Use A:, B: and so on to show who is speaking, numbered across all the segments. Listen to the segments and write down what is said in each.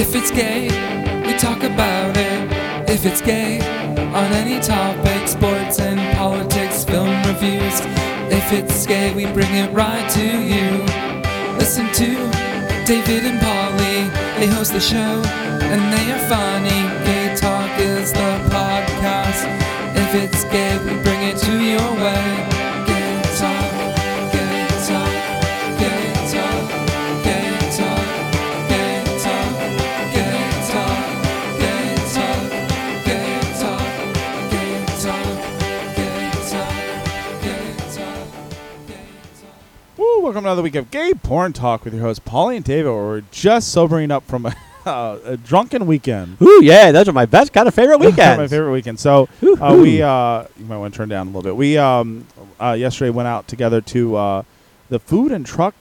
A: If it's gay, we talk about it. If it's gay, on any topic, sports and politics, film reviews. If it's gay, we bring it right to you. Listen to David and Polly, they host the show, and they are funny. Gay Talk is the podcast. If it's gay, we bring it to your way. Gay Talk, Gay Talk, Gay Talk, Gay Talk, Gay Talk, Gay Talk, Gay Talk, Gay Talk, Gay Talk, Gay Talk, Gay Talk, Gay Talk.
B: Woo, welcome to another week of Gay Porn Talk with your hosts, Polly and David, where we're just sobering up from a, a drunken weekend.
C: Ooh, yeah, those are my best kind of favorite weekends.
B: my favorite weekend. So uh,
C: Woo-hoo.
B: we, uh, you might want to turn down a little bit. We um, uh, yesterday went out together to uh, the food and truck,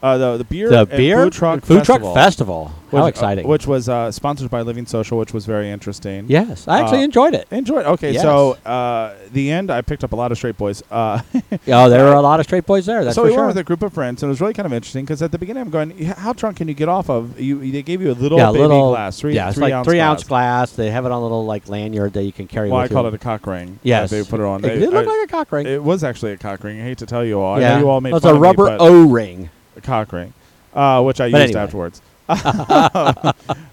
B: uh, the the beer,
C: The
B: and
C: beer
B: food truck festival,
C: festival. How
B: which- uh,
C: exciting!
B: which was uh, sponsored by Living Social, which was very interesting.
C: yes, I actually
B: uh,
C: enjoyed it.
B: Enjoyed. Okay,
C: Yes.
B: so uh, the end, I picked up a lot of straight boys. Uh,
C: Oh, there were a lot of straight boys there. That's
B: so
C: for
B: we
C: sure.
B: went with a group of friends, and it was really kind of interesting because at the beginning, I'm going, "Yeah, "How drunk can you get off of?" You they gave you a little
C: yeah,
B: baby
C: little
B: glass, three,
C: yeah, it's
B: three
C: like
B: ounce
C: three
B: glass.
C: ounce glass. They have it on a little like lanyard that you can carry.
B: Well, I
C: with
B: call
C: you.
B: it a cock ring. that
C: Yes,
B: they put it on.
C: It,
B: They-
C: it looked
B: I-
C: like a cock ring.
B: It was actually a cock ring. I hate to tell you all. I
C: yeah,
B: know you all made
C: it's
B: fun
C: a
B: of
C: rubber
B: me, but
C: O ring.
B: a cock ring, uh, which I
C: But
B: used
C: anyway.
B: afterwards.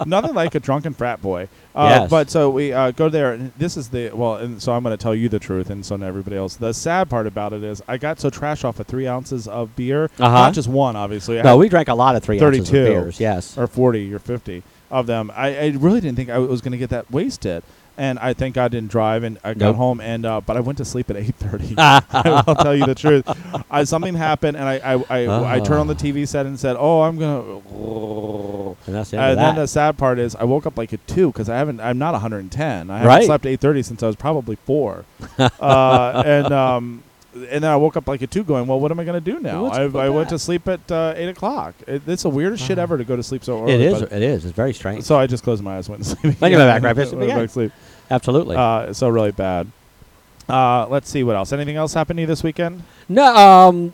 B: Nothing like a drunken frat boy. Uh,
C: Yes.
B: But so we uh, go there, and this is the well. And so I'm going to tell you the truth, and so now everybody else. The sad part about it is I got so trash off of three ounces of beer,
C: Uh-huh.
B: not just one, obviously. I
C: No,
B: had
C: we drank a lot of three ounces of
B: 32.
C: beers. Yes,
B: or 40 or 50 of them. I, I really didn't think I was going to get that wasted. And I think I didn't drive, and I got
C: Nope.
B: home, and uh, but I went to sleep at eight thirty. I'll tell you the truth. I, something happened, and I I, I,
C: Uh-huh.
B: I turned on the TV set and said, "Oh, I'm gonna."
C: and that's the end
B: And then
C: of
B: the
C: that.
B: sad part is, I woke up like at two because I haven't. I'm not 110. I haven't
C: Right.
B: slept 8:30 since I was probably four. uh, and um, and then I woke up like at two, going, "Well, what am I going to do now?"
C: What's
B: I,
C: up with
B: I went
C: that?
B: to sleep at uh, eight o'clock. It, it's the weirdest shit ever to go to sleep so early.
C: It is.
B: but-
C: It is. It's very strange.
B: so I just closed my eyes, went to sleep.
C: Then you went back, right?
B: Went
C: Yeah.
B: back to sleep.
C: Absolutely.
B: Uh, so really bad. Uh, let's see what else. Anything else happened to you this weekend?
C: No, um,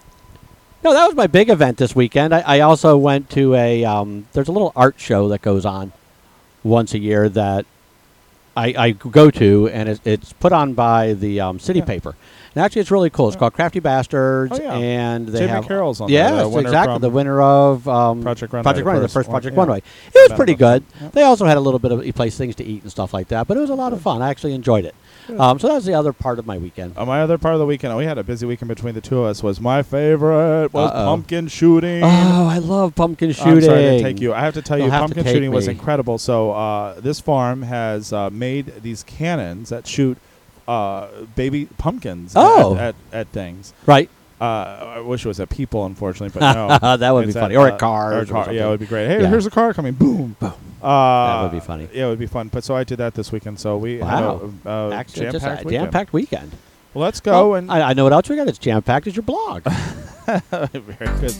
C: no, that was my big event this weekend. I, I also went to a um, there's a little art show that goes on once a year that I, I go to, and it's, it's put on by the um, city
B: Yeah.
C: paper. And actually, it's really cool. It's called Crafty Bastards,
B: Oh, yeah.
C: and they
B: Jimmy
C: have
B: Carroll's on
C: yeah,
B: there, the
C: it's
B: winner
C: exactly
B: from
C: the winner of um,
B: Project Runway,
C: Project
B: the
C: Runway, the
B: first
C: first
B: one,
C: Project
B: yeah.
C: Runway. It was
B: Battle
C: pretty
B: of-
C: good.
B: yeah.
C: They also had a little bit of a place things to eat and stuff like that, but it was a lot of fun. I actually enjoyed it. Um, so that was the other part of my weekend.
B: Uh, my other part of the weekend, we had a busy weekend between the two of us. Was my favorite was
C: Uh-oh.
B: pumpkin shooting.
C: Oh, I love pumpkin shooting.
B: I'm sorry to take you. I have to tell
C: You'll
B: you,
C: have to
B: pumpkin
C: take
B: shooting was
C: me.
B: incredible. So uh, this farm has uh, made these cannons that shoot uh, baby pumpkins at-
C: Oh.
B: at, at, things.
C: Right.
B: Uh, I wish it was at people, unfortunately, but no.
C: that would be
B: It's
C: funny.
B: at,
C: or
B: uh,
C: a car.
B: or a car. Yeah, it would be great. Hey,
C: Yeah.
B: here's a car coming. Boom.
C: Boom.
B: Uh,
C: That would be funny.
B: Yeah, it would be fun. But so I did that this weekend. So we
C: Wow.
B: had a, a
C: Actually,
B: jam
C: just a
B: packed
C: jam-packed weekend.
B: Well, let's go
C: Well,
B: and
C: I, I know what else we got. It's jam packed. Is your blog?
B: very good.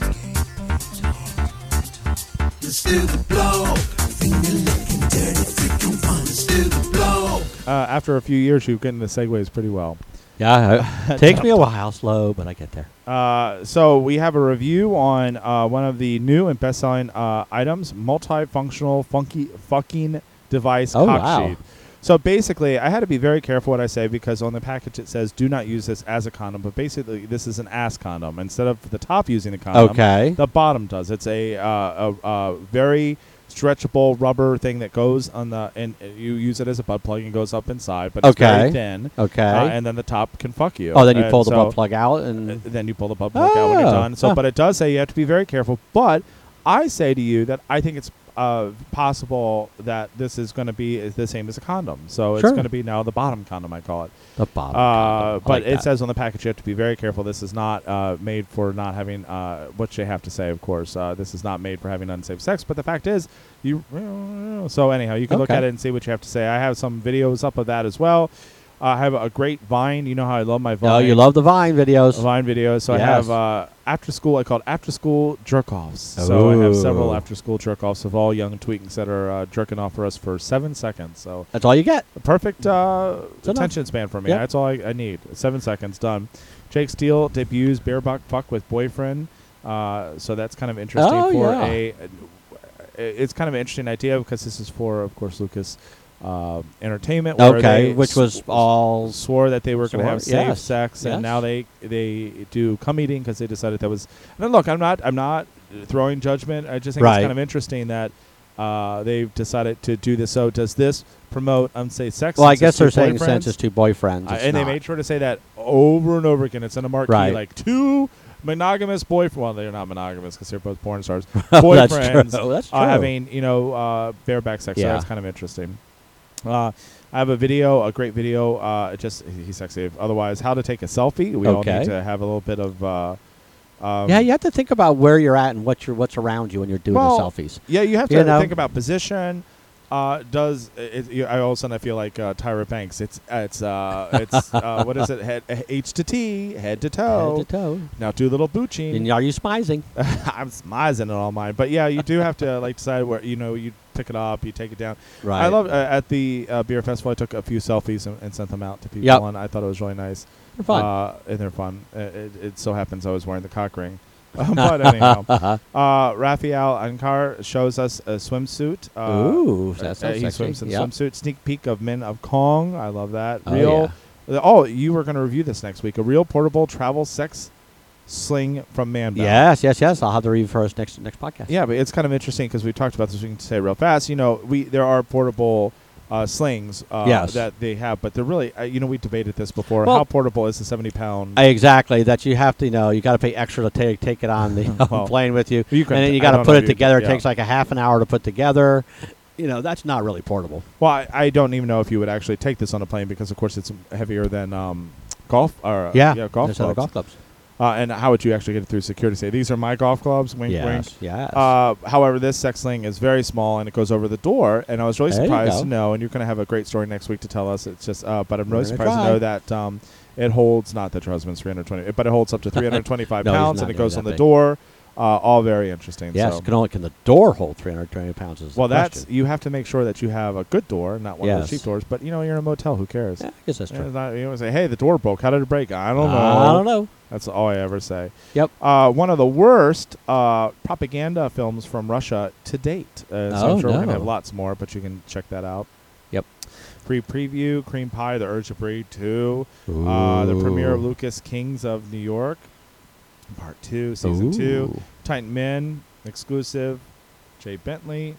B: Uh, after a few years, you've gotten the segues pretty well.
C: yeah, it takes me a while, slow, but I get there.
B: Uh, so we have a review on uh, one of the new and best-selling uh, items, multifunctional funky fucking device
C: Oh,
B: cock
C: wow.
B: sheath. So basically, I had to be very careful what I say because on the package it says do not use this as a condom, but basically this is an ass condom. Instead of the top using the condom,
C: Okay.
B: the bottom does. It's a, uh, a, a very stretchable rubber thing that goes on the and you use it as a butt plug and goes up inside, but it's very
C: Okay.
B: thin.
C: Okay.
B: uh, and then the top can fuck you.
C: oh, then you
B: And
C: pull the
B: so-
C: butt plug out,
B: uh,
C: and
B: then you pull the bubble plug out when you're
C: Oh,
B: done. So,
C: huh.
B: but it does say you have to be very careful. But I say to you that I think it's uh, possible that this is going to be is the same as a condom. So it's
C: Sure.
B: going to be now the bottom condom, I call it.
C: the bottom.
B: Uh,
C: condom. I
B: but
C: like
B: it
C: that.
B: says on the package you have to be very careful. This is not uh, made for not having uh, what you have to say. Of course, uh, this is not made for having unsafe sex. But the fact is, you. So anyhow, you can look
C: Okay.
B: at it and see what you have to say. I have some videos up of that as well. Uh, I have a great Vine. You know how I love my Vine.
C: Oh, you love the Vine videos.
B: Vine videos. So I
C: Yes.
B: have uh, after school. I called after school jerk offs. So I have several
C: Ooh.
B: after school jerk offs of all young tweakings that are uh, jerking off for us for seven seconds. So
C: That's all you get.
B: a perfect uh,
C: enough.
B: attention span for me.
C: Yep.
B: That's all I, I need. Seven seconds done. Jake Steele debuts beer buck fuck with boyfriend. Uh, so that's kind of interesting
C: Oh,
B: for
C: yeah.
B: a. It's kind of an interesting idea because this is for, of course, Lucas uh, Entertainment. where
C: Okay,
B: they
C: which was
B: sw-
C: all
B: swore that they were going to
C: Swore,
B: have safe
C: yes,
B: sex, and
C: yes.
B: now they they do cum eating because they decided that was. And then look, I'm not I'm not throwing judgment. I just think
C: Right.
B: it's kind of interesting that uh, they've decided to do this. So does this promote unsafe sex?
C: Well, I
B: since
C: guess
B: it's two
C: they're saying
B: boyfriends?
C: since it's two boyfriends.
B: Uh,
C: it's
B: and they
C: not.
B: made sure to say that over and over again. It's in a marquee,
C: Right.
B: like two monogamous boyfriends. Well, they're not monogamous because they're both porn stars.
C: Oh,
B: boyfriends
C: that's true. That's true.
B: uh, having you know uh, bareback sex. So
C: Yeah.
B: that's kind of interesting. Uh, I have a video, a great video. Uh, it just he's sexy. Otherwise, how to take a selfie. We all
C: Okay.
B: need to have a little bit of. Uh, um,
C: yeah, you have to think about where you're at and what you're, what's around you when you're doing
B: Well,
C: the selfies.
B: Yeah, you have to
C: You know?
B: think about position. Uh, does it, you I all of a sudden I feel like uh, Tyra Banks? It's it's uh, it's uh, what is it? Head, H to T, head to toe.
C: Head to toe.
B: Now do a little booching.
C: And are you smizing?
B: I'm smizing it all mine, but yeah, you do have to like decide where you know you pick it up, you take it down.
C: Right.
B: I love uh, at the uh, beer festival. I took a few selfies and, and sent them out to people,
C: Yep.
B: and I thought it was really nice.
C: They're fun.
B: uh, and they're fun. Uh, It, it so happens I was wearing the cock ring, but anyhow, uh, Raphael Ankar shows us a swimsuit. Uh,
C: Ooh, that
B: uh,
C: sounds
B: he
C: sexy.
B: swims in a
C: Yep.
B: swimsuit. Sneak peek of Men of Kong. I love that.
C: Oh,
B: real. Oh, you were going to review this next week. A real portable travel sex sling from Man. Bell.
C: Yes, yes, yes. I'll have the review for us next next podcast.
B: Yeah, but it's kind of interesting because we talked about this. We can say it real fast. You know, we there are portable uh, slings uh,
C: Yes.
B: that they have, but they're really uh, you know we debated this before.
C: Well-
B: How portable is the seventy pound?
C: Uh, Exactly. That you have to you know you got to pay extra to take take it on the
B: Well,
C: plane with you,
B: you could-
C: and then you
B: I
C: got
B: don't
C: to put
B: know
C: it
B: if you could,
C: together. It
B: yeah.
C: takes like a half an hour to put together. You know that's not really portable.
B: well, I, I don't even know if you would actually take this on a plane because of course it's heavier than um, golf or uh,
C: yeah,
B: golf
C: there's other
B: clubs.
C: golf clubs.
B: Uh, and how would you actually get it through security? Say these are my golf clubs. Wink, wink.
C: Yes, yes.
B: Uh, however, this sex sling is very small and it goes over the door. And I was really
C: There you
B: surprised
C: go.
B: to know. And you're going to have a great story next week to tell us. It's just, uh, but I'm really
C: We're
B: surprised
C: gonna
B: to know that um, it holds not that your husband's 320, but it holds up to 325
C: No, he's
B: pounds
C: not
B: and it
C: gonna be
B: goes
C: that
B: on the
C: big.
B: door. Uh, all very interesting.
C: yes,
B: So.
C: can only can the door hold 320 pounds? Is the
B: well, that's
C: question.
B: you have to make sure that you have a good door, not one of
C: Yes.
B: the cheap doors. But you know, you're in a motel. Who cares?
C: yeah, I guess that's
B: Yeah,
C: true.
B: it's not- you don't say, "Hey, the door broke. How did it break?" I don't know.
C: I don't know.
B: That's all I ever say.
C: Yep.
B: Uh, one of the worst uh, propaganda films from Russia to date. Uh, so
C: Oh,
B: I'm sure we're gonna
C: no.
B: have lots more, but you can check that out.
C: Yep.
B: Free preview: Cream Pie, The Urge to Breed Two, uh, the premiere of
C: Ooh.
B: Lucas Kings of New York, Part Two, Season Two,
C: Ooh.
B: Titan Men, exclusive, Jay Bentley,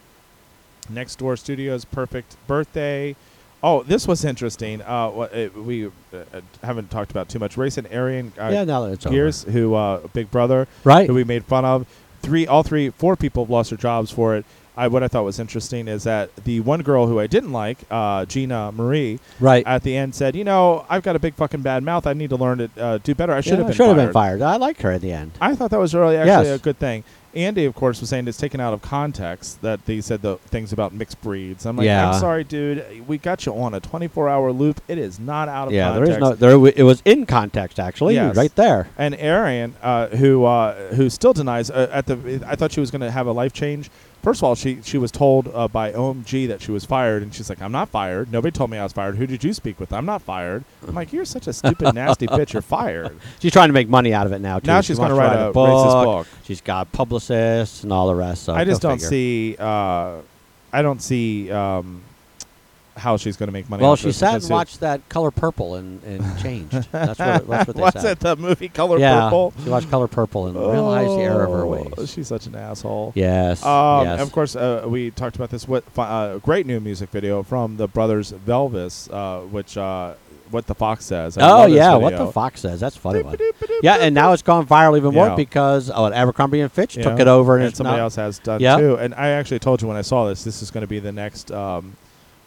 B: Next Door Studios, Perfect Birthday. Oh, this was interesting. Uh, wha- uh, we uh, uh, haven't talked about too much. Race and Arian uh,
C: yeah, now that it's over.
B: Gears, who uh, Big Brother,
C: Right.
B: who we made fun of. Three, all three, four people have lost their jobs for it. I, what I thought was interesting is that the one girl who I didn't like, uh, Gina Marie,
C: right.
B: at the end said, "You know, I've got a big fucking bad mouth. I need to learn to uh, do better. I should have been
C: should
B: fired.
C: have been fired. I liked her in the end.
B: I thought that was really actually
C: Yes.
B: a good thing. Andy, of course, was saying it's taken out of context that they said the things about mixed breeds. I'm like,
C: Yeah.
B: I'm sorry, dude. We got you on a 24 hour loop. It is not out of
C: yeah,
B: context.
C: there is no there. w- It was in context actually,
B: Yes.
C: right there.
B: and Arian, uh, who uh, who still denies uh, at the. I thought she was going to have a life change. First of all, she she was told uh, by OMG that she was fired, and she's like, "I'm not fired. Nobody told me I was fired. Who did you speak with? I'm not fired." I'm like, "You're such a stupid, nasty bitch. You're fired."
C: She's trying to make money out of it now. Too.
B: Now
C: She
B: she's gonna
C: wants to
B: write
C: write
B: a racist book.
C: She's got publicists and all the rest. So
B: I just
C: Uh, go
B: don't
C: figure.
B: see. Uh, I don't see um, how she's going to make money.
C: Well,
B: off
C: she
B: this
C: sat
B: because
C: and
B: it-
C: watched that Color Purple and, and changed. That's what, that's what they
B: was
C: said.
B: it the movie Color
C: yeah,
B: Purple?
C: she watched Color Purple and realized the error of her
B: Oh,
C: ways.
B: She's such an asshole.
C: yes,
B: Um,
C: yes.
B: Of course, uh, we talked about this. What fi- uh, great new music video from the brothers Velvis, uh, which uh, what the fox says. I
C: Oh
B: love this
C: yeah, what
B: video.
C: the fox says? That's a funny one. Yeah, and now it's gone viral even more
B: Yeah.
C: because oh, and Abercrombie and Fitch
B: Yeah.
C: took it over, and,
B: and
C: it's
B: somebody
C: now-
B: else has done
C: Yeah.
B: too. And I actually told you when I saw this, this is going to be the next um,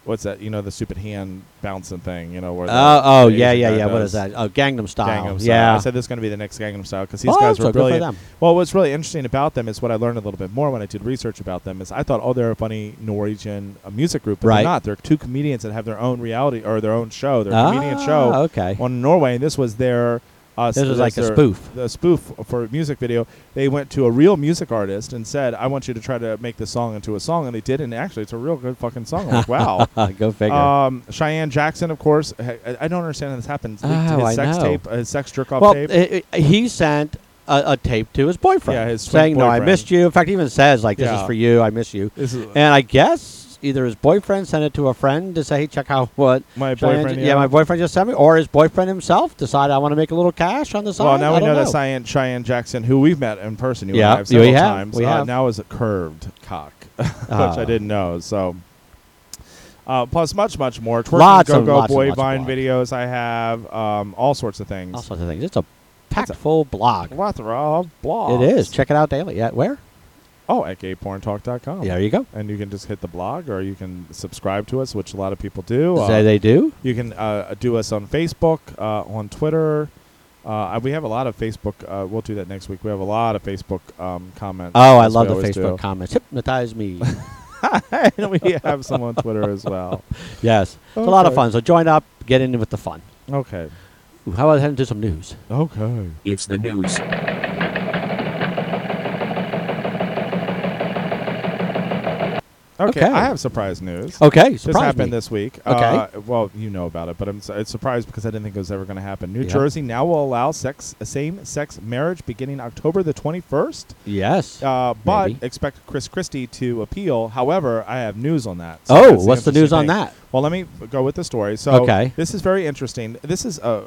B: what's that? You know, the stupid hand bouncing thing. You know where? the-
C: Oh, oh
B: the
C: yeah,
B: Asian
C: yeah,
B: guy
C: yeah. What
B: does
C: is that? Oh, Gangnam Style.
B: Gangnam Style.
C: Yeah.
B: I said this is going to be the next Gangnam Style because these
C: Oh,
B: guys
C: so
B: were
C: good for
B: brilliant.
C: them.
B: Well, what's really interesting about them is what I learned a little bit more when I did research about them is I thought, oh, they're a funny Norwegian uh, music group, but
C: Right.
B: they're not. They're two comedians that have their own reality or their own show, their comedian show
C: Ah, Okay.
B: on Norway, and this was their. Uh,
C: This was like a
B: their-
C: spoof.
B: The spoof for a music video. They went to a real music artist and said, "I want you to try to make this song into a song," and they did. And actually, it's a real good fucking song. I'm like, wow.
C: Uh, go figure.
B: Um, Cheyenne Jackson, of course. I, I don't understand how this happens. Leaked
C: Oh,
B: his
C: I
B: sex
C: know.
B: tape, his sex jerk off
C: well,
B: tape.
C: i- i- he sent a, a tape to his boyfriend.
B: Yeah, his sweet
C: saying, "No, I
B: boyfriend.
C: missed you." In fact, he even says, "Like this
B: Yeah.
C: is for you. I miss you."
B: This is
C: And I guess either his boyfriend sent it to a friend to say, "Hey, check out what."
B: my
C: Cheyenne-
B: boyfriend.
C: yeah. my boyfriend just sent me, or his boyfriend himself decided I want to make a little cash on the side.
B: Well, now
C: I
B: we
C: don't
B: know,
C: know
B: that Cheyenne, Cheyenne Jackson, who we've met in person, you and
C: Yeah,
B: I have several
C: we have,
B: times,
C: we
B: uh,
C: have.
B: now is a curved cock, which
C: Ah.
B: I didn't know. So, uh, plus much, much more. Twerking
C: Lots
B: Go
C: and
B: Go
C: lots and
B: Boy
C: lots of
B: Vine
C: blogs.
B: videos I have, um, all sorts of things.
C: all sorts of things. It's a packed full blog.
B: Lots of blogs.
C: It is. Check it out daily. Yeah, where?
B: Oh, at gayporntalk.com.
C: There you go.
B: And you can just hit the blog or you can subscribe to us, which a lot of people do. Uh,
C: Say they do.
B: You can uh, do us on Facebook, uh, on Twitter. Uh, we have a lot of Facebook. Uh, we'll do that next week. We have a lot of Facebook um, comments.
C: Oh, I
B: as
C: love
B: we
C: the
B: always do.
C: Facebook comments. Hypnotize me.
B: and we have some on Twitter as well.
C: yes, it's a lot of
B: Okay.
C: fun. So join up, get in with the fun.
B: Okay.
C: Ooh, how about heading to some news?
B: Okay.
D: It's the news.
B: Okay.
C: Okay.
B: I have surprise news.
C: Okay,
B: This
C: surprise
B: happened
C: me.
B: this week.
C: Okay.
B: Uh, well, you know about it, but I'm su- it's surprised because I didn't think it was ever going to happen. New
C: Yeah.
B: Jersey now will allow sex same-sex marriage beginning October the 21st.
C: yes.
B: Uh, but
C: Maybe.
B: expect Chris Christie to appeal. However, I have news on that. So
C: oh,
B: that's
C: what's the
B: interesting
C: news on
B: thing.
C: that?
B: Well, let me go with the story. So
C: Okay.
B: this is very interesting. This is uh,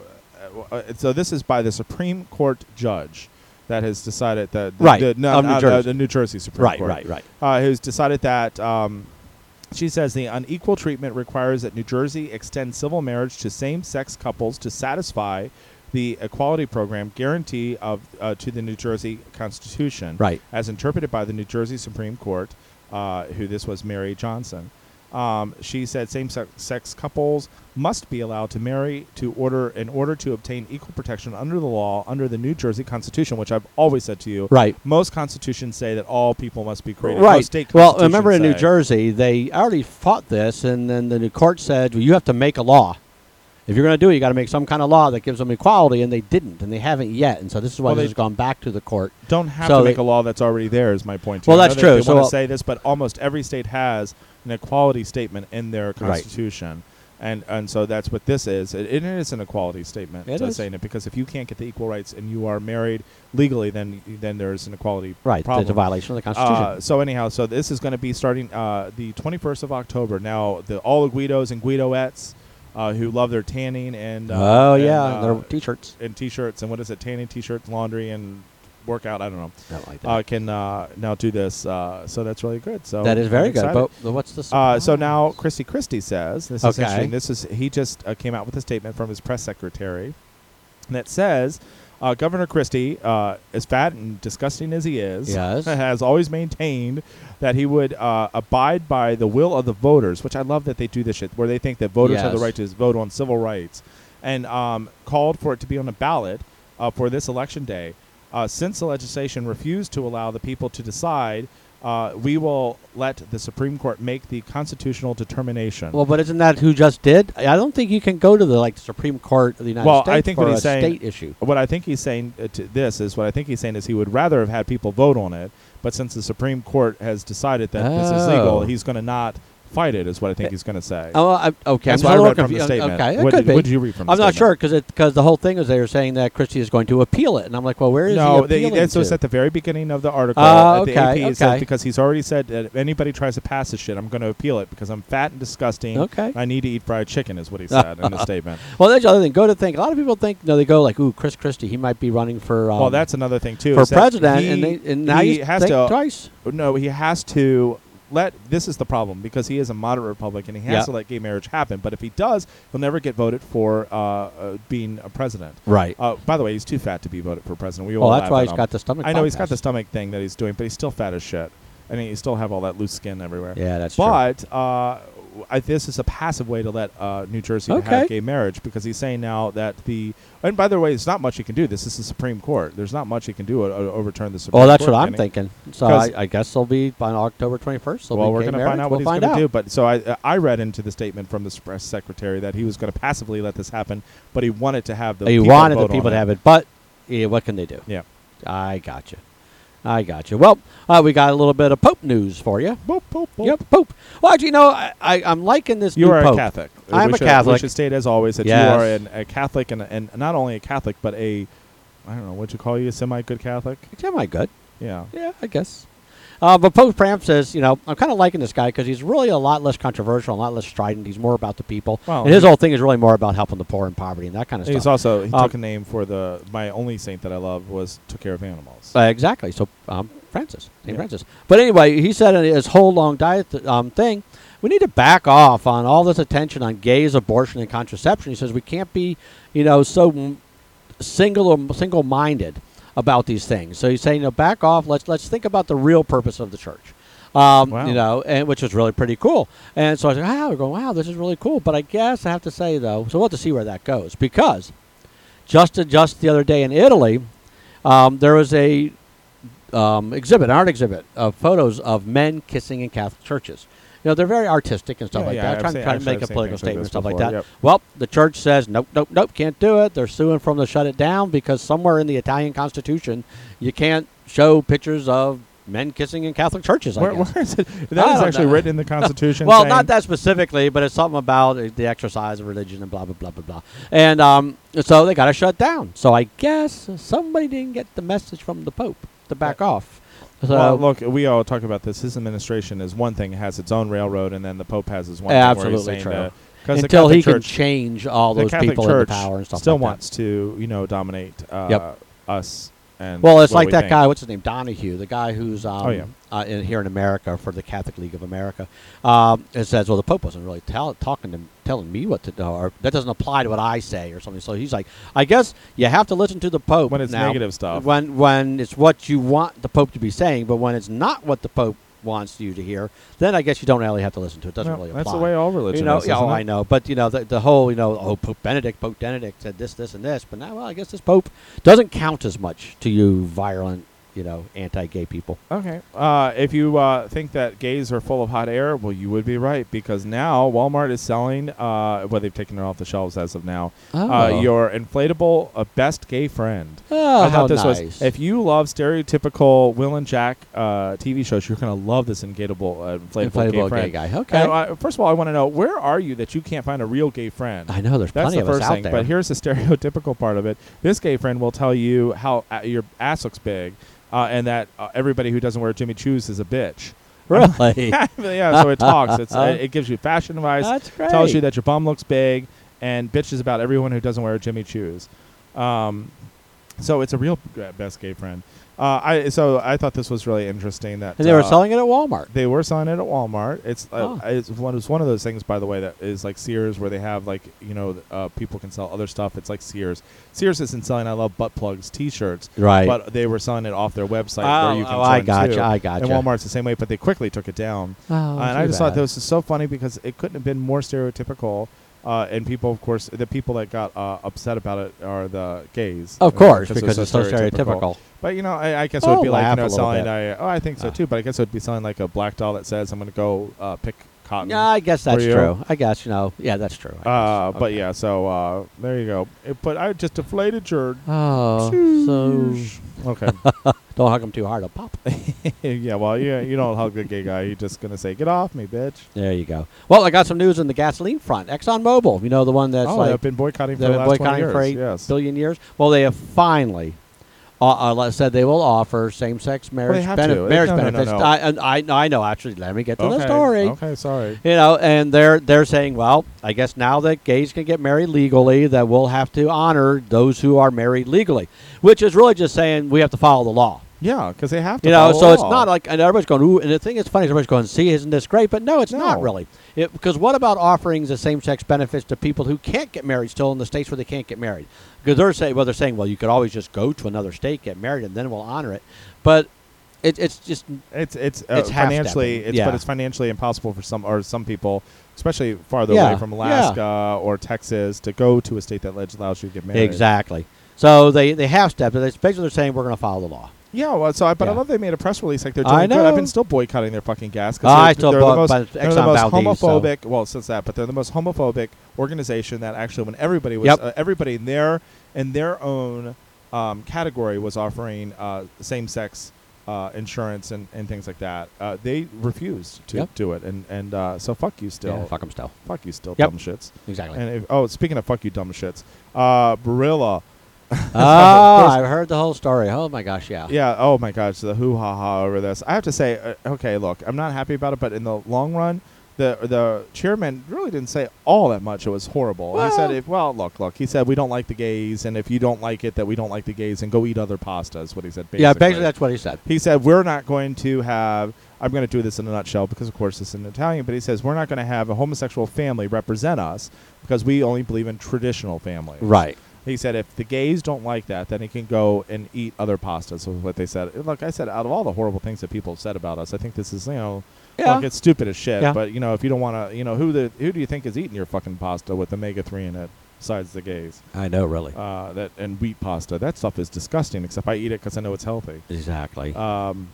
B: uh, uh, so this is by the Supreme Court judge that has decided that the,
C: Right,
B: the, no,
C: of New
B: uh,
C: Jersey.
B: the New Jersey Supreme
C: Right,
B: Court
C: right, right.
B: uh, who's decided that um, she says the unequal treatment requires that New Jersey extend civil marriage to same-sex couples to satisfy the equality program guarantee of uh, to the New Jersey Constitution,
C: Right.
B: as interpreted by the New Jersey Supreme Court, uh, who this was Mary Johnson. Um, she said same-sex couples must be allowed to marry to order in order to obtain equal protection under the law under the New Jersey Constitution, which I've always said to you,
C: Right.
B: most constitutions say that all people must be created. Most
C: Right.
B: state
C: Well,
B: constitutions
C: remember in New
B: say-
C: Jersey, they already fought this, and then the new court said, well, you have to make a law. If you're going to do it, you got to make some kind of law that gives them equality, and they didn't, and they haven't yet. And so this is why
B: Well,
C: this
B: they-
C: has gone back to the court.
B: don't have
C: so
B: to make
C: they-
B: a law that's already there. Is my point. I
C: Well,
B: know
C: that's
B: they-
C: true.
B: They
C: So uh,
B: want
C: I'll-
B: to say this, but almost every state has an equality statement in their constitution. And, and so that's what this is. It, it is an equality statement.
C: It
B: uh,
C: is.
B: saying it because if you can't get the equal rights and you are married legally, then then there's an equality
C: Right.
B: problem.
C: That's a violation of the Constitution.
B: Uh, so anyhow, so this is going to be starting uh, the 21st of October. Now the all the Guidos and Guidoettes uh, who love their tanning and uh,
C: oh,
B: and,
C: yeah.
B: uh,
C: their t shirts.
B: and t-shirts and what is it tanning t-shirts laundry and workout i don't know
C: like that.
B: uh, can uh, now do this uh, so that's really good so
C: that is
B: I'm
C: very good.
B: excited.
C: But but what's the
B: uh, so now
C: surprise?
B: christy christie says this is
C: Okay.
B: interesting this is he just uh, came out with a statement from his press secretary that says uh, governor christie uh, as fat and disgusting as he is
C: Yes.
B: has always maintained that he would uh, abide by the will of the voters which i love that they do this shit where they think that voters have the
C: Yes.
B: right to vote on civil rights and um, called for it to be on a ballot uh, for this election day. Uh, since the legislation refused to allow the people to decide, uh, we will let the Supreme Court make the constitutional determination.
C: Well, but isn't that who just did? I I don't think you can go to the like Supreme Court of the United
B: Well,
C: States
B: I think
C: for
B: what
C: a
B: he's saying-
C: state issue.
B: what I think he's saying uh, to this is what I think he's saying is he would rather have had people vote on it, but since the Supreme Court has decided that this is legal,
C: Oh.
B: he's going to not fight it. Is what I think he's going to say.
C: Oh, I, okay.
B: That's
C: I'm
B: what I
C: a little
B: read from the
C: confu-
B: statement.
C: Okay, it
B: what,
C: could
B: did,
C: be.
B: what did you read from? the
C: I'm not
B: statement?
C: sure because because the whole thing is they were saying that Christie is going to appeal it, and I'm like, well, where is
B: no,
C: he
B: they-
C: appealing
B: that's
C: to?
B: just at the very beginning of the article.
C: Oh,
B: at the
C: okay,
B: AP, it says
C: okay.
B: because he's already said that if anybody tries to pass this shit, I'm going to appeal it because I'm fat and disgusting.
C: Okay.
B: I need to eat fried chicken, is what he said in the statement.
C: well, that's the other thing. Go to think. A lot of people think no, they go like, ooh, Chris Christie, he might be running for um,
B: well, that's another thing too.
C: for
B: is that
C: president,
B: he-
C: and they and now
B: he
C: you
B: has
C: think
B: to.
C: twice.
B: No, he has to let. This is the problem because he is a moderate Republican. He has
C: Yeah.
B: to let gay marriage happen. But if he does, he'll never get voted for uh, uh, being a president.
C: Right.
B: Uh, by the way, he's too fat to be voted for president. We all
C: well,
B: laugh
C: that's why
B: at
C: he's
B: him.
C: got the stomach.
B: I know he's got
C: bypass.
B: the stomach thing that he's doing, but he's still fat as shit, and he still have all that loose skin everywhere.
C: Yeah, that's true.
B: but uh, I, this is a passive way to let uh, New Jersey
C: Okay.
B: have gay marriage because he's saying now that the and by the way, it's not much he can do. This is the Supreme Court. There's not much he can do to, to overturn the Supreme.
C: Well, that's
B: Court
C: what I'm
B: opinion.
C: thinking. So
B: 'Cause-
C: I, I guess they'll be on October 21st. they'll
B: Well,
C: be
B: we're going
C: gay
B: to
C: marriage.
B: find out what
C: we'll
B: he's
C: find
B: going
C: out.
B: to do. But so I, I read into the statement from the s- press secretary that he was going to passively let this happen, but he wanted to have the
C: you
B: people
C: wanted the
B: vote on
C: people to have it, but yeah, what can they do?
B: Yeah.
C: I got you. I got you. Well, uh, we got a little bit of Pope news for you.
B: Boop, boop, boop.
C: Yep, Pope. Well, actually, you know, I, I, I'm liking this
B: You
C: new
B: are
C: Pope.
B: a Catholic.
C: I'm
B: We
C: a
B: should- We
C: Catholic.
B: should state as always that
C: Yes.
B: you are an, a Catholic and, and not only a Catholic, but a I don't know what you call you a semi good Catholic.
C: Am I good?
B: Yeah.
C: Yeah, I guess. Uh, but Pope Francis, you know, I'm kind of liking this guy because he's really a lot less controversial, a lot less strident. He's more about the people.
B: Well,
C: and his
B: he-
C: whole thing is really more about helping the poor and poverty and that kind of
B: He's
C: stuff.
B: also he
C: Um,
B: took a name for the my only saint that I love was took care of animals.
C: Uh, exactly. So um, Francis, St.
B: Yeah.
C: Francis. But anyway, he said in his whole long diet um, thing, we need to back off on all this attention on gays, abortion, and contraception. He says we can't be, you know, so m- single or single-minded about these things. So he's saying, you know, back off. Let's let's think about the real purpose of the church. Um,
B: Wow.
C: You know, and which is really pretty cool. And so I was like, wow, we're going, wow, this is really cool. But I guess I have to say though, so we'll have to see where that goes because just just the other day in Italy, um, there was a um, exhibit, an art exhibit of photos of men kissing in Catholic churches. You know, they're very artistic and stuff
B: Yeah,
C: like
B: yeah,
C: that,
B: I've
C: trying,
B: seen-
C: trying to
B: actually,
C: make a
B: I've seen pictures
C: political
B: of
C: statement and
B: this
C: stuff like
B: before,
C: that.
B: yep.
C: Well, the church says, nope, nope, nope, can't do it. They're suing from the shut it down because somewhere in the Italian Constitution, you can't show pictures of men kissing in Catholic churches, I
B: Where,
C: guess.
B: where is it?
C: I
B: That is
C: don't
B: actually
C: know.
B: written in the Constitution.
C: Well,
B: saying-
C: not that specifically, but it's something about uh, the exercise of religion and blah blah blah blah blah. And um, so they got to shut down. So I guess somebody didn't get the message from the Pope to back off. So
B: well, look, we all talk about this. His administration is one thing; it has its own railroad, and then the Pope has his one.
C: Absolutely
B: thing
C: true.
B: where he's saying, uh, 'cause the
C: until he
B: Catholic
C: can
B: Church-
C: change all
B: the
C: those
B: Catholic
C: people
B: Church
C: into power and stuff
B: still
C: like
B: wants to, you know, dominate uh,
C: Yep.
B: us. And
C: that. Well, it's
B: what
C: like
B: we
C: that
B: think.
C: guy. What's his name? Donahue, the guy who's um,
B: Oh, yeah.
C: uh, in, here in America for the Catholic League of America. Um, it says, "Well, the Pope wasn't really tell, talking to telling me what to do, or that doesn't apply to what I say, or something." So he's like, "I guess you have to listen to the Pope
B: When it's
C: now,
B: negative stuff.
C: When when it's what you want the Pope to be saying, but when it's not what the Pope wants you to hear, then I guess you don't really have to listen to it. Doesn't
B: No,
C: really apply."
B: that's the way all religion
C: you know,
B: is.
C: yeah,
B: isn't
C: oh,
B: it?
C: I know, but you know, the, the whole, you know, oh, Pope Benedict, Pope Benedict said this, this, and this, but now, well, I guess this Pope doesn't count as much to you, violent, you know, anti-gay people.
B: Okay. Uh, if you uh, think that gays are full of hot air, well, you would be right because now Walmart is selling, uh, well, they've taken it off the shelves as of now,
C: Oh.
B: uh, your inflatable uh, best gay friend.
C: Oh,
B: I
C: how
B: thought this
C: nice.
B: was. If you love stereotypical Will and Jack uh, TV shows, you're going to love this inflatable, uh, inflatable,
C: Inflatable
B: gay friend.
C: gay guy. Okay.
B: And, uh, first of all, I want to know where are you that you can't find a real gay friend?
C: I know there's
B: That's the
C: plenty of
B: first
C: us out
B: thing.
C: there.
B: But here's the stereotypical part of it. This gay friend will tell you how uh, your ass looks big, uh, and that uh, everybody who doesn't wear Jimmy Choo's is a bitch.
C: really,
B: yeah, so it talks. It's, it, it gives you fashion advice.
C: That's
B: Tells you
C: great.
B: that your bum looks big, and bitches about everyone who doesn't wear Jimmy Choo's. Um, so it's a real uh, best gay friend. Uh, I so I thought this was really interesting that
C: and they were
B: uh,
C: selling it at Walmart.
B: they were selling it at Walmart. It's uh,
C: Oh.
B: it's one it's one of those things, by the way, that is like Sears, where they have like you know th- uh, people can sell other stuff. It's like Sears. Sears isn't selling. I love butt plugs T-shirts,
C: Right.
B: But they were selling it off their website
C: Oh,
B: where you can.
C: oh, I
B: join
C: gotcha,
B: too.
C: I gotcha.
B: And Walmart's the same way, but they quickly took it down.
C: Oh,
B: Uh, and
C: too
B: I just thought
C: bad.
B: this is so funny because it couldn't have been more stereotypical. Uh, and people, of course, the people that got uh, upset about it are the gays,
C: Of
B: uh,
C: course,
B: it
C: because
B: was
C: it's so stereotypical.
B: But you know, I, I guess it
C: I'll
B: would be like
C: laugh
B: you
C: a
B: know,
C: little
B: selling.
C: bit.
B: A, oh, I think so too. But I guess it would be selling like a black doll that says, "I'm going to go uh, pick cotton."
C: Yeah, I guess
B: for
C: that's
B: you.
C: true. I guess you know. Yeah, that's true. I guess.
B: Uh, But
C: Okay.
B: yeah, so uh, there you go. It- but I just deflated your.
C: Oh, so
B: Okay.
C: don't hug them too hard. I'll pop.
B: yeah. Well, yeah. You don't hug the gay guy. You're just gonna say, "Get off me, bitch."
C: There you go. Well, I got some news on the gasoline front. ExxonMobil, you know, the one that's
B: oh,
C: like
B: they've been boycotting for
C: they've
B: the
C: been
B: last 20
C: boycotting for eight
B: years. yes.
C: billion years. Well, they have finally uh, uh, said they will offer same-sex marriage,
B: have
C: bene-
B: to. It-
C: marriage
B: no, no, no,
C: benefits.
B: no.
C: I, and I, I know, actually. Let me get to the
B: okay.
C: story.
B: Okay. Sorry.
C: You know, and they're they're saying, well, I guess now that gays can get married legally, that we'll have to honor those who are married legally, which is really just saying we have to follow the law.
B: Yeah, because they have to.
C: You know,
B: follow
C: so it's
B: law.
C: not like and everybody's going. Ooh, and the thing that's funny is everybody's going, "See, isn't this great?" But no, it's not
B: No.
C: really. Because what about offering the same-sex benefits to people who can't get married still in the states where they can't get married? Because they're saying, well, they're saying, well, you could always just go to another state, get married, and then we'll honor it. But It, it's just
B: It's it's, uh,
C: It's half
B: financially
C: stepping,
B: it's
C: yeah.
B: but it's financially impossible for some or some people, especially farther
C: Yeah,
B: away from
C: yeah.
B: Alaska or Texas, to go to a state that leg- allows you to get married.
C: exactly. So they they half step. They basically they're saying we're going to follow the law.
B: Yeah. Well, so I, but I
C: Yeah.
B: love they made a press release like they're doing
C: I
B: good. I've
C: know.
B: been still boycotting their fucking gas
C: Oh, I
B: they're,
C: still
B: they're the
C: bought-
B: most,
C: but
B: they're the
C: Exxon
B: most
C: Valdez, so-
B: homophobic. Well, since that, but they're the most homophobic organization that actually when everybody was
C: Yep.
B: uh, everybody in their in their own um, category was offering uh, same sex. Uh, insurance and, and things like that. Uh, they refused to
C: Yep.
B: do it, and and uh, so fuck you still.
C: Yeah, fuck them still.
B: Fuck you, still
C: Yep.
B: dumb shits.
C: Exactly.
B: And if, oh, speaking of fuck you, dumb shits, uh, Barilla.
C: Ah, I've heard the whole story. Oh my gosh, yeah.
B: Yeah. Oh my gosh, the hoo ha ha over this. I have to say, uh, okay, look, I'm not happy about it, but in the long run, the the chairman really didn't say all that much. It was horrible. he said,
C: Well-
B: if, "Well, look, look." He said, "We don't like the gays, and if you don't like it, that we don't like the gays, and go eat other pasta." Is what he said. Basically.
C: Yeah, basically that's what he said.
B: He said, We're not going to have, I'm going to do this in a nutshell because, of course, it's in Italian, but he says, We're not going to have a homosexual family represent us because we only believe in traditional families.
C: Right.
B: He said, If the gays don't like that, then he can go and eat other pastas, was what they said. And Look, I said, out of all the horrible things that people have said about us, I think this is, you know,
C: Yeah.
B: look, it's stupid as shit,
C: Yeah.
B: but, you know, if you don't want to, you know, who the who do you think is eating your fucking pasta with omega 3 in it besides the gays?
C: I know, really.
B: Uh, that and wheat pasta. That stuff is disgusting, except I eat it because I know it's healthy.
C: exactly.
B: Um,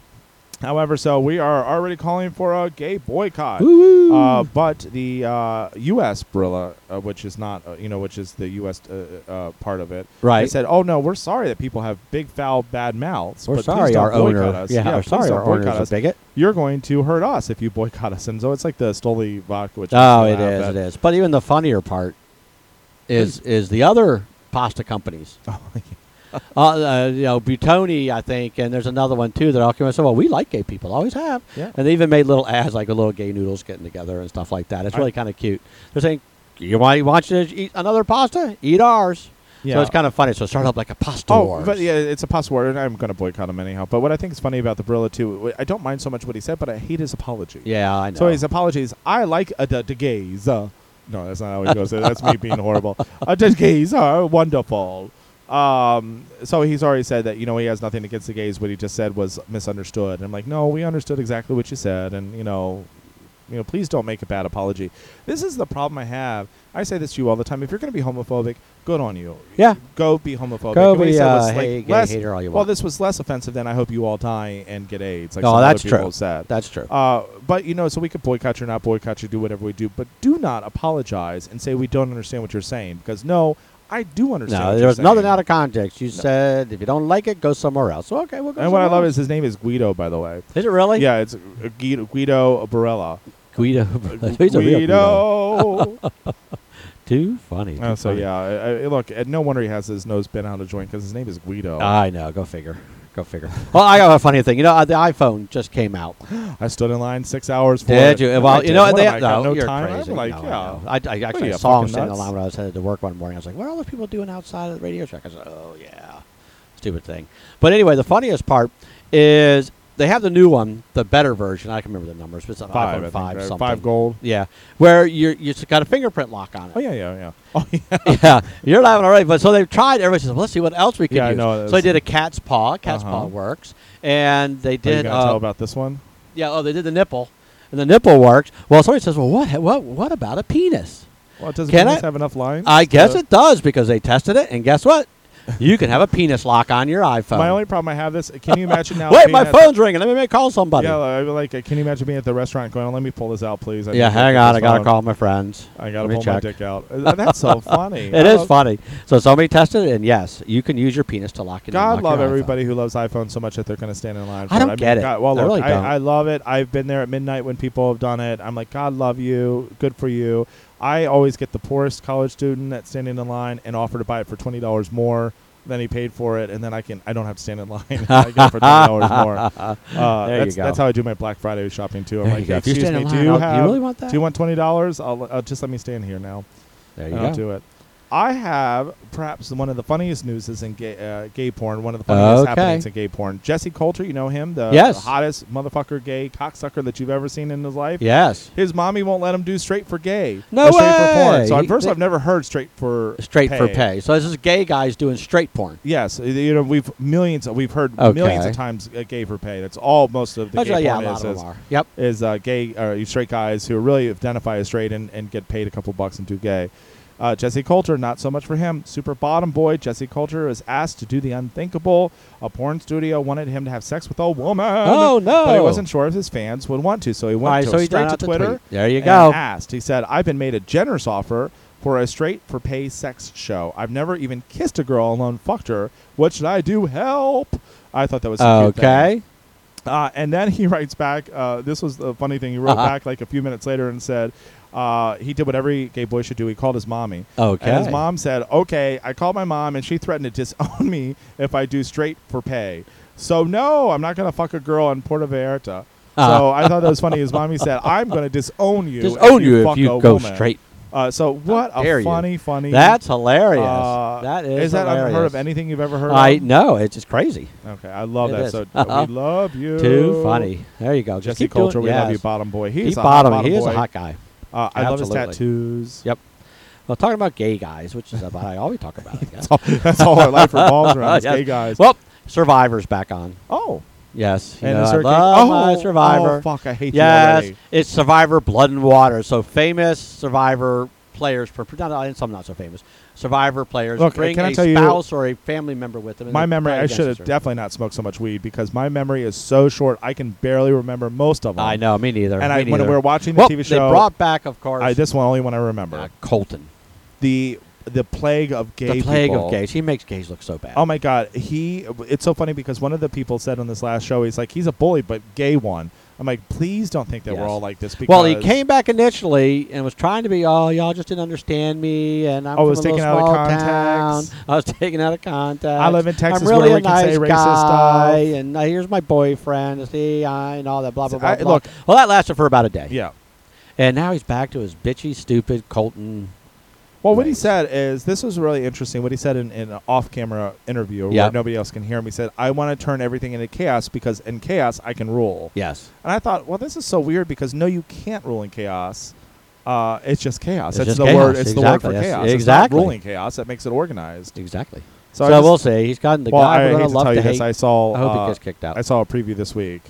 B: however, so we are already calling for a gay boycott.
C: Woo-woo.
B: Uh, but the uh, U.S. Brilla, uh, which is not, uh, you know, which is the U.S. Uh, uh, part of it,
C: Right.
B: They said, "Oh no, we're sorry that people have big, foul, bad mouths.
C: we're
B: but please
C: sorry,
B: don't
C: our
B: boycott
C: owner.
B: Us.
C: Yeah, we're
B: please
C: sorry,
B: don't
C: our owner's
B: boycott
C: a
B: us.
C: bigot.
B: You're going to hurt us if you boycott us." And so it's like the Stoli vodka. Which
C: Oh,
B: makes
C: it
B: me laugh
C: is,
B: at.
C: it is. But even the funnier part is is the other pasta companies.
B: Oh,
C: uh, uh, you know, Butoni, I think, and there's another one too that all came and said, "Well, we like gay people, always have."
B: Yeah.
C: And they even made little ads like with little gay noodles getting together and stuff like that. It's
B: I-
C: really kind of cute. They're saying, "You want want you to eat another pasta? Eat ours."
B: Yeah.
C: So it's kind of funny. So it started up like a pasta
B: Oh,
C: wars.
B: but yeah, it's a possible word, and I'm going to boycott him anyhow. But what I think is funny about the Brilla too, I don't mind so much what he said, but I hate his apology.
C: Yeah, I know.
B: So his apologies. I like a the, the gays. Uh, no, that's not how he goes. that's me being horrible. Uh, the gays are wonderful. Um, so he's already said that you know he has nothing against the gays. What he just said was misunderstood. And I'm like, no, we understood exactly what you said, and you know, you know, please don't make a bad apology. This is the problem I have. I say this to you all the time. If you're going to be homophobic, good on you.
C: Yeah.
B: Go be homophobic.
C: Go
B: And what he
C: be,
B: said
C: uh,
B: was,
C: hey,
B: like,
C: gay
B: less-
C: hater all you
B: Well,
C: want.
B: this was less offensive than I hope you all die and get AIDS. Like
C: Oh,
B: some
C: that's
B: other people
C: true.
B: Said.
C: That's true.
B: Uh, but you know, so we could boycott you or not boycott you, do whatever we do, but do not apologize and say we don't understand what you're saying because no, I do understand.
C: no,
B: what
C: there
B: you're
C: was nothing
B: saying.
C: out of context. You said if you don't like it, go somewhere else. So, okay, we'll go.
B: And what I
C: somewhere
B: love
C: else.
B: is his name is Guido, by the way.
C: Is it really?
B: Yeah, it's uh, Guido, Guido Barella.
C: Guido. He's a real Guido.
B: Guido.
C: Too funny.
B: Uh,
C: too
B: so
C: funny.
B: yeah, I, I, look, uh, no wonder he has his nose bent out of joint because his name is Guido.
C: I know. Go figure. Go figure. well, I got a funny thing. You know, uh, the iPhone just came out.
B: I stood in line six hours for it.
C: Did you?
B: And I
C: Well, you
B: did.
C: know,
B: What
C: they,
B: am I, got
C: no,
B: no
C: you're
B: time.
C: crazy.
B: I'm like,
C: No, I
B: yeah.
C: know. I, I actually
B: you,
C: saw him
B: fucking
C: sitting in the
B: nuts?
C: line when I was headed to work one morning. I was like, "What are all those people doing outside of the radio shack?" I said, "Oh yeah, stupid thing." But anyway, the funniest part is they have the new one, the better version. I can remember the numbers. But it's an
B: Five, I
C: iPhone
B: think,
C: five,
B: right?
C: something.
B: Five gold.
C: Yeah, where you you just got a fingerprint lock on it.
B: Oh yeah, yeah, yeah. Oh yeah.
C: yeah, you're laughing already. But so they've tried. Everybody says, well, "Let's see what else we can
B: Yeah, I
C: use."
B: know,
C: so they
B: that's-
C: did a cat's paw. Cat's
B: Uh-huh.
C: paw works, and they
B: Are you
C: did.
B: gonna
C: uh,
B: tell about this one?
C: yeah, oh, they did the nipple, and the nipple works. Well, somebody says, "Well, what? What? What about a penis?"
B: Well, does
C: Can
B: penis
C: I-
B: have enough lines?
C: I guess
B: to-
C: it does because they tested it, and guess what? You can have a penis lock on your iPhone.
B: My only problem I have this. Can you imagine now?
C: Wait,
B: being
C: my
B: at the-
C: phone's ringing. Let me make- call somebody.
B: Yeah, I like. uh, Can you imagine being at the restaurant going, "Let me pull this out, please." I need
C: Yeah,
B: to
C: hang
B: get
C: on.
B: this
C: I gotta
B: phone."
C: call my friends.
B: I gotta
C: Let me
B: pull my
C: check.
B: dick out. Uh, That's so funny.
C: It
B: I
C: is
B: love-
C: funny. So somebody tested it, and yes, you can use your penis to lock it.
B: God
C: and lock
B: love
C: your iPhone.
B: everybody who loves iPhones so much that they're going to stand in line. For
C: I
B: it.
C: don't
B: mean,
C: get it.
B: God, well,
C: I
B: look,
C: really don't.
B: I, I love it. I've been there at midnight when people have done it. I'm like, God love you. Good for you. I always get the poorest college student that's standing in line and offer to buy it for twenty dollars more than he paid for it, and then I can I don't have to stand in line. I get it for twenty dollars more. Uh,
C: There you
B: that's,
C: go.
B: that's how I do my Black Friday shopping too. I'm
C: There
B: like,
C: you go. If you
B: excuse
C: stand
B: me,
C: in
B: do
C: line,
B: you
C: I'll- do you
B: have
C: really want that?"
B: uh, Do you want twenty dollars? I'll, I'll just let me stand here now.
C: There you
B: And I'll
C: go.
B: do it. I have perhaps one of the funniest newses in gay, uh, gay porn, one of the funniest
C: Okay.
B: happenings in gay porn. Jesse Coulter, you know him, the,
C: Yes.
B: the hottest motherfucker gay cocksucker that you've ever seen in his life.
C: Yes.
B: His mommy won't let him do straight for gay.
C: No
B: or straight for porn.
C: way.
B: So at
C: He-
B: first,
C: they-
B: I've never heard straight for
C: Straight for pay. So this is gay guys doing straight porn.
B: Yes, Uh, you know we've millions. We've heard
C: Okay.
B: millions of times uh, gay for pay. That's all most of the
C: That's
B: gay
C: right, yeah, a
B: porn
C: lot
B: is.
C: of
B: is-
C: them are. Yep.
B: is uh, gay or straight guys who really identify as straight and, and get paid a couple bucks and do gay. Uh, Jesse Coulter, not so much for him. Super bottom boy, Jesse Coulter is asked to do the unthinkable. A porn studio wanted him to have sex with a woman.
C: Oh, no.
B: But he wasn't sure if his fans would want to, so he went
C: Alright,
B: to-
C: so he
B: straight
C: down
B: to
C: out the
B: Twitter.
C: tweet. There you
B: and
C: go.
B: Asked. He said, "I've been made a generous offer for a straight for pay sex show. I've never even kissed a girl alone, fucked her. What should I do? Help!" I thought that was a cute thing.
C: Okay.
B: Uh, and then he writes back. Uh, this was the funny thing. He wrote
C: Uh-huh.
B: back like a few minutes later and said uh, he did what every gay boy should do. He called his mommy.
C: Okay.
B: And his mom said, "Okay." I called my mom, and she threatened to disown me if I do straight for pay. So no, I'm not gonna fuck a girl in Puerto Vallarta.
C: Uh-huh.
B: So I thought that was funny. His mommy said, "I'm gonna disown you.
C: Disown you if
B: fuck
C: you
B: a
C: go
B: woman."
C: straight.
B: Uh, so what
C: dare
B: a
C: you.
B: funny, funny.
C: That's hilarious.
B: uh,
C: that is.
B: Is that
C: hilarious.
B: unheard of? Anything you've ever heard?
C: I
B: of?
C: know. It's just crazy.
B: Okay, I love
C: It
B: that.
C: is.
B: So
C: Uh-huh.
B: we love you.
C: Too funny. There you go. Just
B: Jesse
C: keep doing-
B: Coulter, we love you,
C: yes.
B: bottom boy. He's
C: Keep
B: a
C: bottom.
B: hot bottom
C: He is
B: boy.
C: a hot guy.
B: Uh, I love his
C: Absolutely.
B: tattoos.
C: Yep. Well, talking about gay guys, which is about I always talk about. I guess.
B: That's all our life revolves around. Is
C: Yes.
B: gay guys.
C: Well, Survivor's back on.
B: oh,
C: Yes. you
B: and
C: know,
B: is
C: I
B: there a gay-
C: love my
B: oh,
C: Survivor.
B: Oh, fuck, I hate
C: yes,
B: you already.
C: it's Survivor Blood and Water. So famous Survivor players, per, not, and some not so famous Survivor players
B: Look,
C: bring
B: can I
C: a
B: tell you-
C: spouse or a family member with them. and
B: My
C: they
B: memory,
C: fight
B: I
C: against
B: should
C: each
B: have
C: other.
B: definitely not smoked so much weed because my memory is so short. I can barely remember most of them.
C: I know, me neither.
B: And
C: me
B: I, when
C: neither.
B: we were watching the
C: well,
B: TV show,
C: they brought back, of course,
B: I, this one only one I remember.
C: uh, Colton,
B: the the plague of gay
C: the plague
B: people.
C: of gays. He makes gays look so bad.
B: Oh my God, he! It's so funny because one of the people said on this last show, he's like, he's a bully, but gay one. I'm like, please don't think that we're
C: Yes.
B: all like this. Because
C: well, he came back initially and was trying to be, oh, y'all just didn't understand me, and I'm
B: I
C: from
B: Oh, was
C: a little
B: taken out of
C: small
B: context.
C: town. I was taken out of context.
B: I live in Texas
C: I'm really
B: where
C: a
B: we can
C: nice
B: say racist
C: guy,
B: stuff.
C: and uh, here's my boyfriend, see, I and all that, blah blah blah.
B: I-
C: blah.
B: look-
C: well, that lasted for about a day.
B: Yeah.
C: and now he's back to his bitchy, stupid Colton.
B: Well, what he
C: Right.
B: said is this was really interesting. What he said in, in an off-camera interview where
C: Yep.
B: nobody else can hear him, he said, "I want to turn everything into chaos because in chaos I can rule."
C: Yes,
B: And I thought, well, this is so weird because no, you can't rule in chaos. Uh, it's just chaos.
C: It's
B: That's
C: just
B: the
C: chaos.
B: word. It's the word
C: Exactly.
B: for
C: That's-
B: chaos. It's not
C: exactly.
B: ruling chaos. That makes it organized.
C: exactly.
B: So
C: So,
B: I just-
C: we'll see. He's gotten the
B: well,
C: guy
B: I
C: we're
B: hate
C: gonna
B: to
C: love
B: tell you this.
C: hate.
B: I saw.
C: I hope
B: uh,
C: he gets kicked out.
B: I saw a preview this week,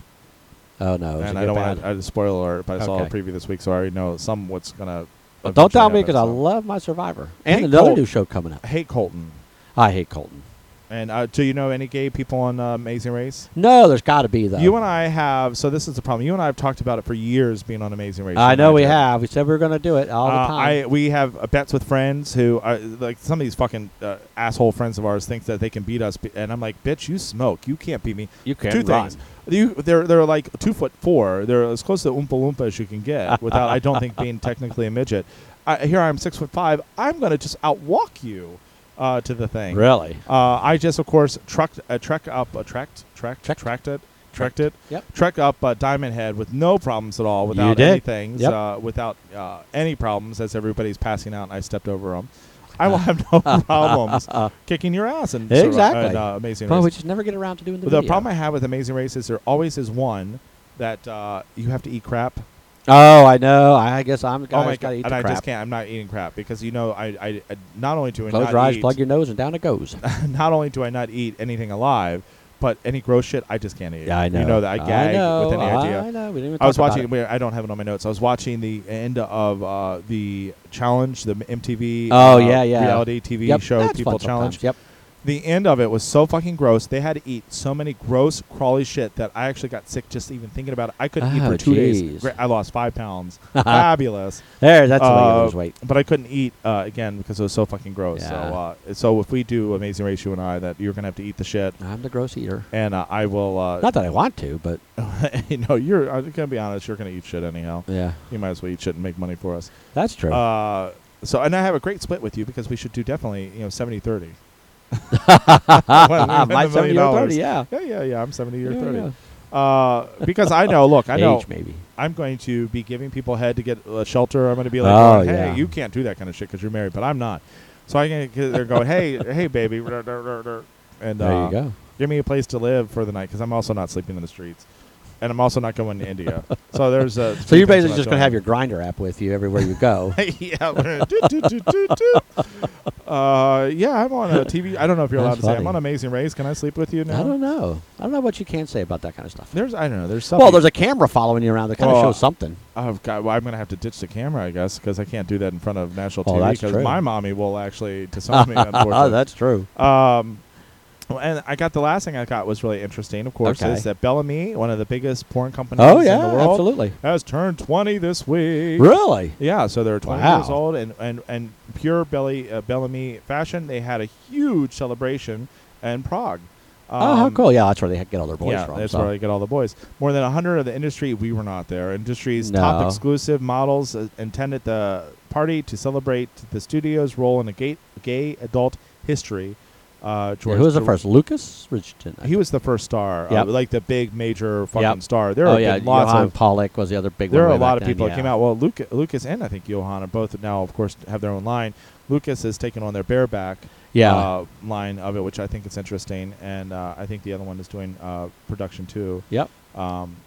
C: oh no, is
B: and
C: it
B: I don't
C: bad?
B: want to. spoiler alert, but I saw a
C: Okay.
B: preview this week, so I already know some what's gonna.
C: Well, don't tell
B: eventually
C: me because I
B: happen, so.
C: love my Survivor and
B: Hey,
C: another
B: Colt.
C: new show coming up.
B: I hate Colton.
C: I hate Colton.
B: And uh, do you know any gay people on uh, Amazing Race?
C: No, there's got to be though.
B: You and I have. So this is the problem. You and I have talked about it for years, being on Amazing Race.
C: I
B: You
C: know
B: and
C: we
B: did.
C: have. We said we were going to do it all the
B: Uh,
C: time.
B: I we have uh, bets with friends who are like some of these fucking uh, asshole friends of ours think that they can beat us, be- and I'm like, bitch, you smoke, you can't beat me.
C: You
B: Two
C: can run.
B: things. You, they're they're like two foot four. They're as close to oompa loompa as you can get without. I don't think being technically a midget. I, here I am, six foot five. I'm gonna just outwalk you uh, to the thing.
C: really?
B: Uh, I just, of course, trucked uh, trek up, uh, trekked, trekked,
C: Trekked.
B: trekked it, trekked it,
C: Yep.
B: trek up uh, Diamond Head with no problems at all, without
C: did.
B: anything,
C: Yep.
B: uh, without uh, any problems as everybody's passing out and I stepped over them. I will have no problems kicking your ass and
C: Exactly.
B: uh, Amazing
C: Well, we
B: Race.
C: just never get around to doing the.
B: the problem I have with Amazing Race is there always is one that uh, you have to eat crap.
C: oh, I know. I I guess I'm the guy
B: oh my
C: who's got
B: god!
C: to eat
B: and
C: the
B: I
C: crap.
B: just can't. I'm not eating crap because you know I, I, I not only do I
C: Close
B: not
C: your eyes,
B: eat,
C: plug your nose, and down it goes.
B: not only do I not eat anything alive, but any gross shit I just can't eat.
C: yeah, I know.
B: You know that I gag
C: know,
B: with any idea.
C: I know. We didn't even
B: I was
C: talk about
B: watching.
C: it.
B: wait, I don't have it on my notes. I was watching the end of uh, the challenge, the MTV.
C: Oh,
B: uh,
C: yeah, yeah.
B: Reality TV
C: Yep,
B: show,
C: that's fun
B: people challenge.
C: sometimes. Yep.
B: The end of it was so fucking gross. They had to eat so many gross, crawly shit that I actually got sick just even thinking about it. I couldn't eat
C: Oh,
B: for two days.
C: jeez.
B: Gra- I lost five pounds. Fabulous.
C: There, that's the way
B: Uh,
C: you lose weight.
B: But I couldn't eat uh, again because it was so fucking gross.
C: Yeah.
B: So, uh, so if we do Amazing Race, you and I, that you're gonna have to eat the shit,
C: I'm the gross eater.
B: and uh, I will. Uh,
C: Not that I want to, but
B: you know, you're. I'm gonna be honest. You're gonna eat shit anyhow.
C: yeah,
B: You might as well eat shit and make money for us.
C: that's true.
B: Uh, so, and I have a great split with you because we should do definitely, you know, 70 30.
C: Ah, my 70 or 30, yeah.
B: Yeah, yeah, yeah. I'm 70 or
C: Yeah,
B: 30. Uh, because I know, look, I know
C: Age maybe.
B: I'm going to be giving people head to get a shelter. I'm going to be like,
C: Oh,
B: hey,
C: yeah.
B: you can't do that kind of shit because you're married, but I'm not. So I can get there and go, hey, hey, baby, rrr, rrr, rrr, rrr," and
C: There
B: uh,
C: you go.
B: give me a place to live for the night because I'm also not sleeping in the streets, and I'm also not going to India. So there's a.
C: So you're basically just going to have your grinder app with you everywhere you go.
B: yeah, we're- doot, doot, doot, doot, doot. Uh, yeah, I'm on a TV. I don't know if you're allowed
C: That's
B: to say I'm
C: funny.
B: on Amazing Race. Can I sleep with you now?
C: I don't know. I don't know what you can say about that kind of stuff.
B: There's, I don't know. There's something.
C: Well, there's a camera following you around that kind
B: Well,
C: of shows something.
B: Oh God! Well, I'm gonna have to ditch the camera, I guess, because I can't do that in front of national
C: Well,
B: TV.
C: Oh, that's
B: Because
C: true.
B: my mommy will actually disown me. Unfortunately,
C: that's true.
B: Um, well, and I got the last thing I got was really interesting. Of course,
C: Okay.
B: is that Bellamy, one of the biggest porn companies
C: Oh
B: in the
C: yeah,
B: world,
C: absolutely.
B: has turned 20 this week.
C: Really?
B: Yeah, so they're 20
C: Wow.
B: years old, and and and pure Belly uh, Bellamy fashion. They had a huge celebration in Prague. Um,
C: oh, how cool! Yeah, that's where they get all their boys
B: yeah,
C: from.
B: that's
C: so.
B: where I get all the boys. More than 100 of the industry, we were not there. Industry's top
C: No.
B: exclusive models uh, intended the party to celebrate the studio's role in the gay, gay adult history. Uh,
C: Yeah,
B: George
C: who was the
B: Clo-
C: first? Lucas Richardson. I
B: He
C: think.
B: was the first star, uh,
C: Yep.
B: like the big major fucking
C: Yep.
B: star. There
C: oh
B: have
C: yeah,
B: been lots
C: Johann
B: of
C: Pollock was the other big
B: there
C: one.
B: are
C: way
B: a lot
C: back
B: of
C: then,
B: people
C: yeah.
B: that came out. Well, Luca, Lucas and I think Johan are both now, of course, have their own line. Lucas has taken on their bareback
C: Yeah.
B: uh, line of it, which I think is interesting, and uh, I think the other one is doing uh, production too.
C: Yep.
B: Um,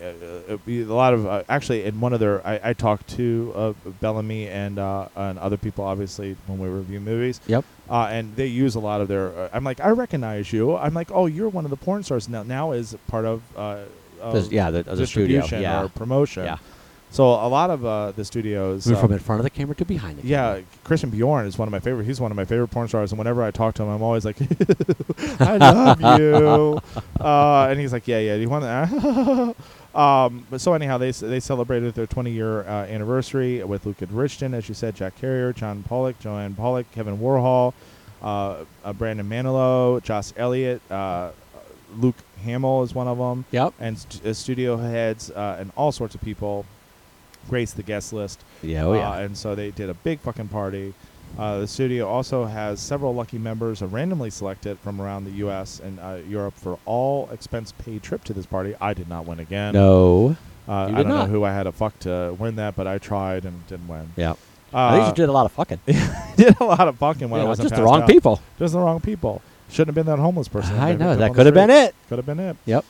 B: uh, uh, uh, a lot of uh, actually in one of their I, I talked to uh, Bellamy and uh, and other people obviously when we review movies
C: Yep.
B: uh, and they use a lot of their. Uh, I'm like, I recognize you. I'm like, oh, you're one of the porn stars now. Now is part of, uh, of
C: This- yeah, the, the studio.
B: distribution
C: Yeah.
B: or promotion.
C: Yeah.
B: So a lot of uh, the studios.
C: Move
B: uh,
C: from in front of the camera to behind the camera.
B: yeah, Christian Bjorn is one of my favorite. He's one of my favorite porn stars, and whenever I talk to him, I'm always like, "I love you," uh, and he's like, "Yeah, yeah, do you want that?" um, but so anyhow, they s- they celebrated their 20 year uh, anniversary with Luca Richton, as you said, Jack Carrier, John Pollock, Joanne Pollock, Kevin Warhol, uh, uh, Brandon Manilow, Joss Elliott, uh, Luke Hamill is one of them
C: Yep.
B: and st- uh, studio heads uh, and all sorts of people graced the guest list.
C: Yeah. Oh
B: Uh,
C: yeah.
B: and so they did a big fucking party. Uh, the studio also has several lucky members uh, randomly selected from around the U.S. and uh, Europe for all expense paid trip to this party. I did not win again.
C: no.
B: uh,
C: you
B: I
C: did
B: don't know
C: not.
B: who I had to fuck to win that, but I tried and didn't win.
C: Yeah.
B: Uh,
C: I think you did a lot of fucking.
B: did a lot of fucking when
C: You
B: I
C: know,
B: was
C: just the wrong people.
B: Just the wrong people. Shouldn't have been that homeless person.
C: I know that could have been it.
B: Could have been it.
C: Yep.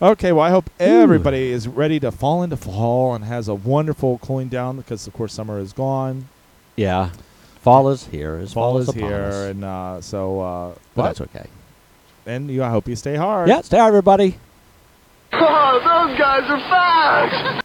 B: Okay, well, I hope everybody is ready to fall into fall and has a wonderful cooling down because, of course, summer is gone.
C: Yeah. Fall is here. As fall,
B: is
C: upon
B: here,
C: us.
B: and uh, so uh, what?
C: but that's okay.
B: And you, I hope you stay hard.
C: Yeah. Stay out, everybody.
D: Oh, those guys are fast!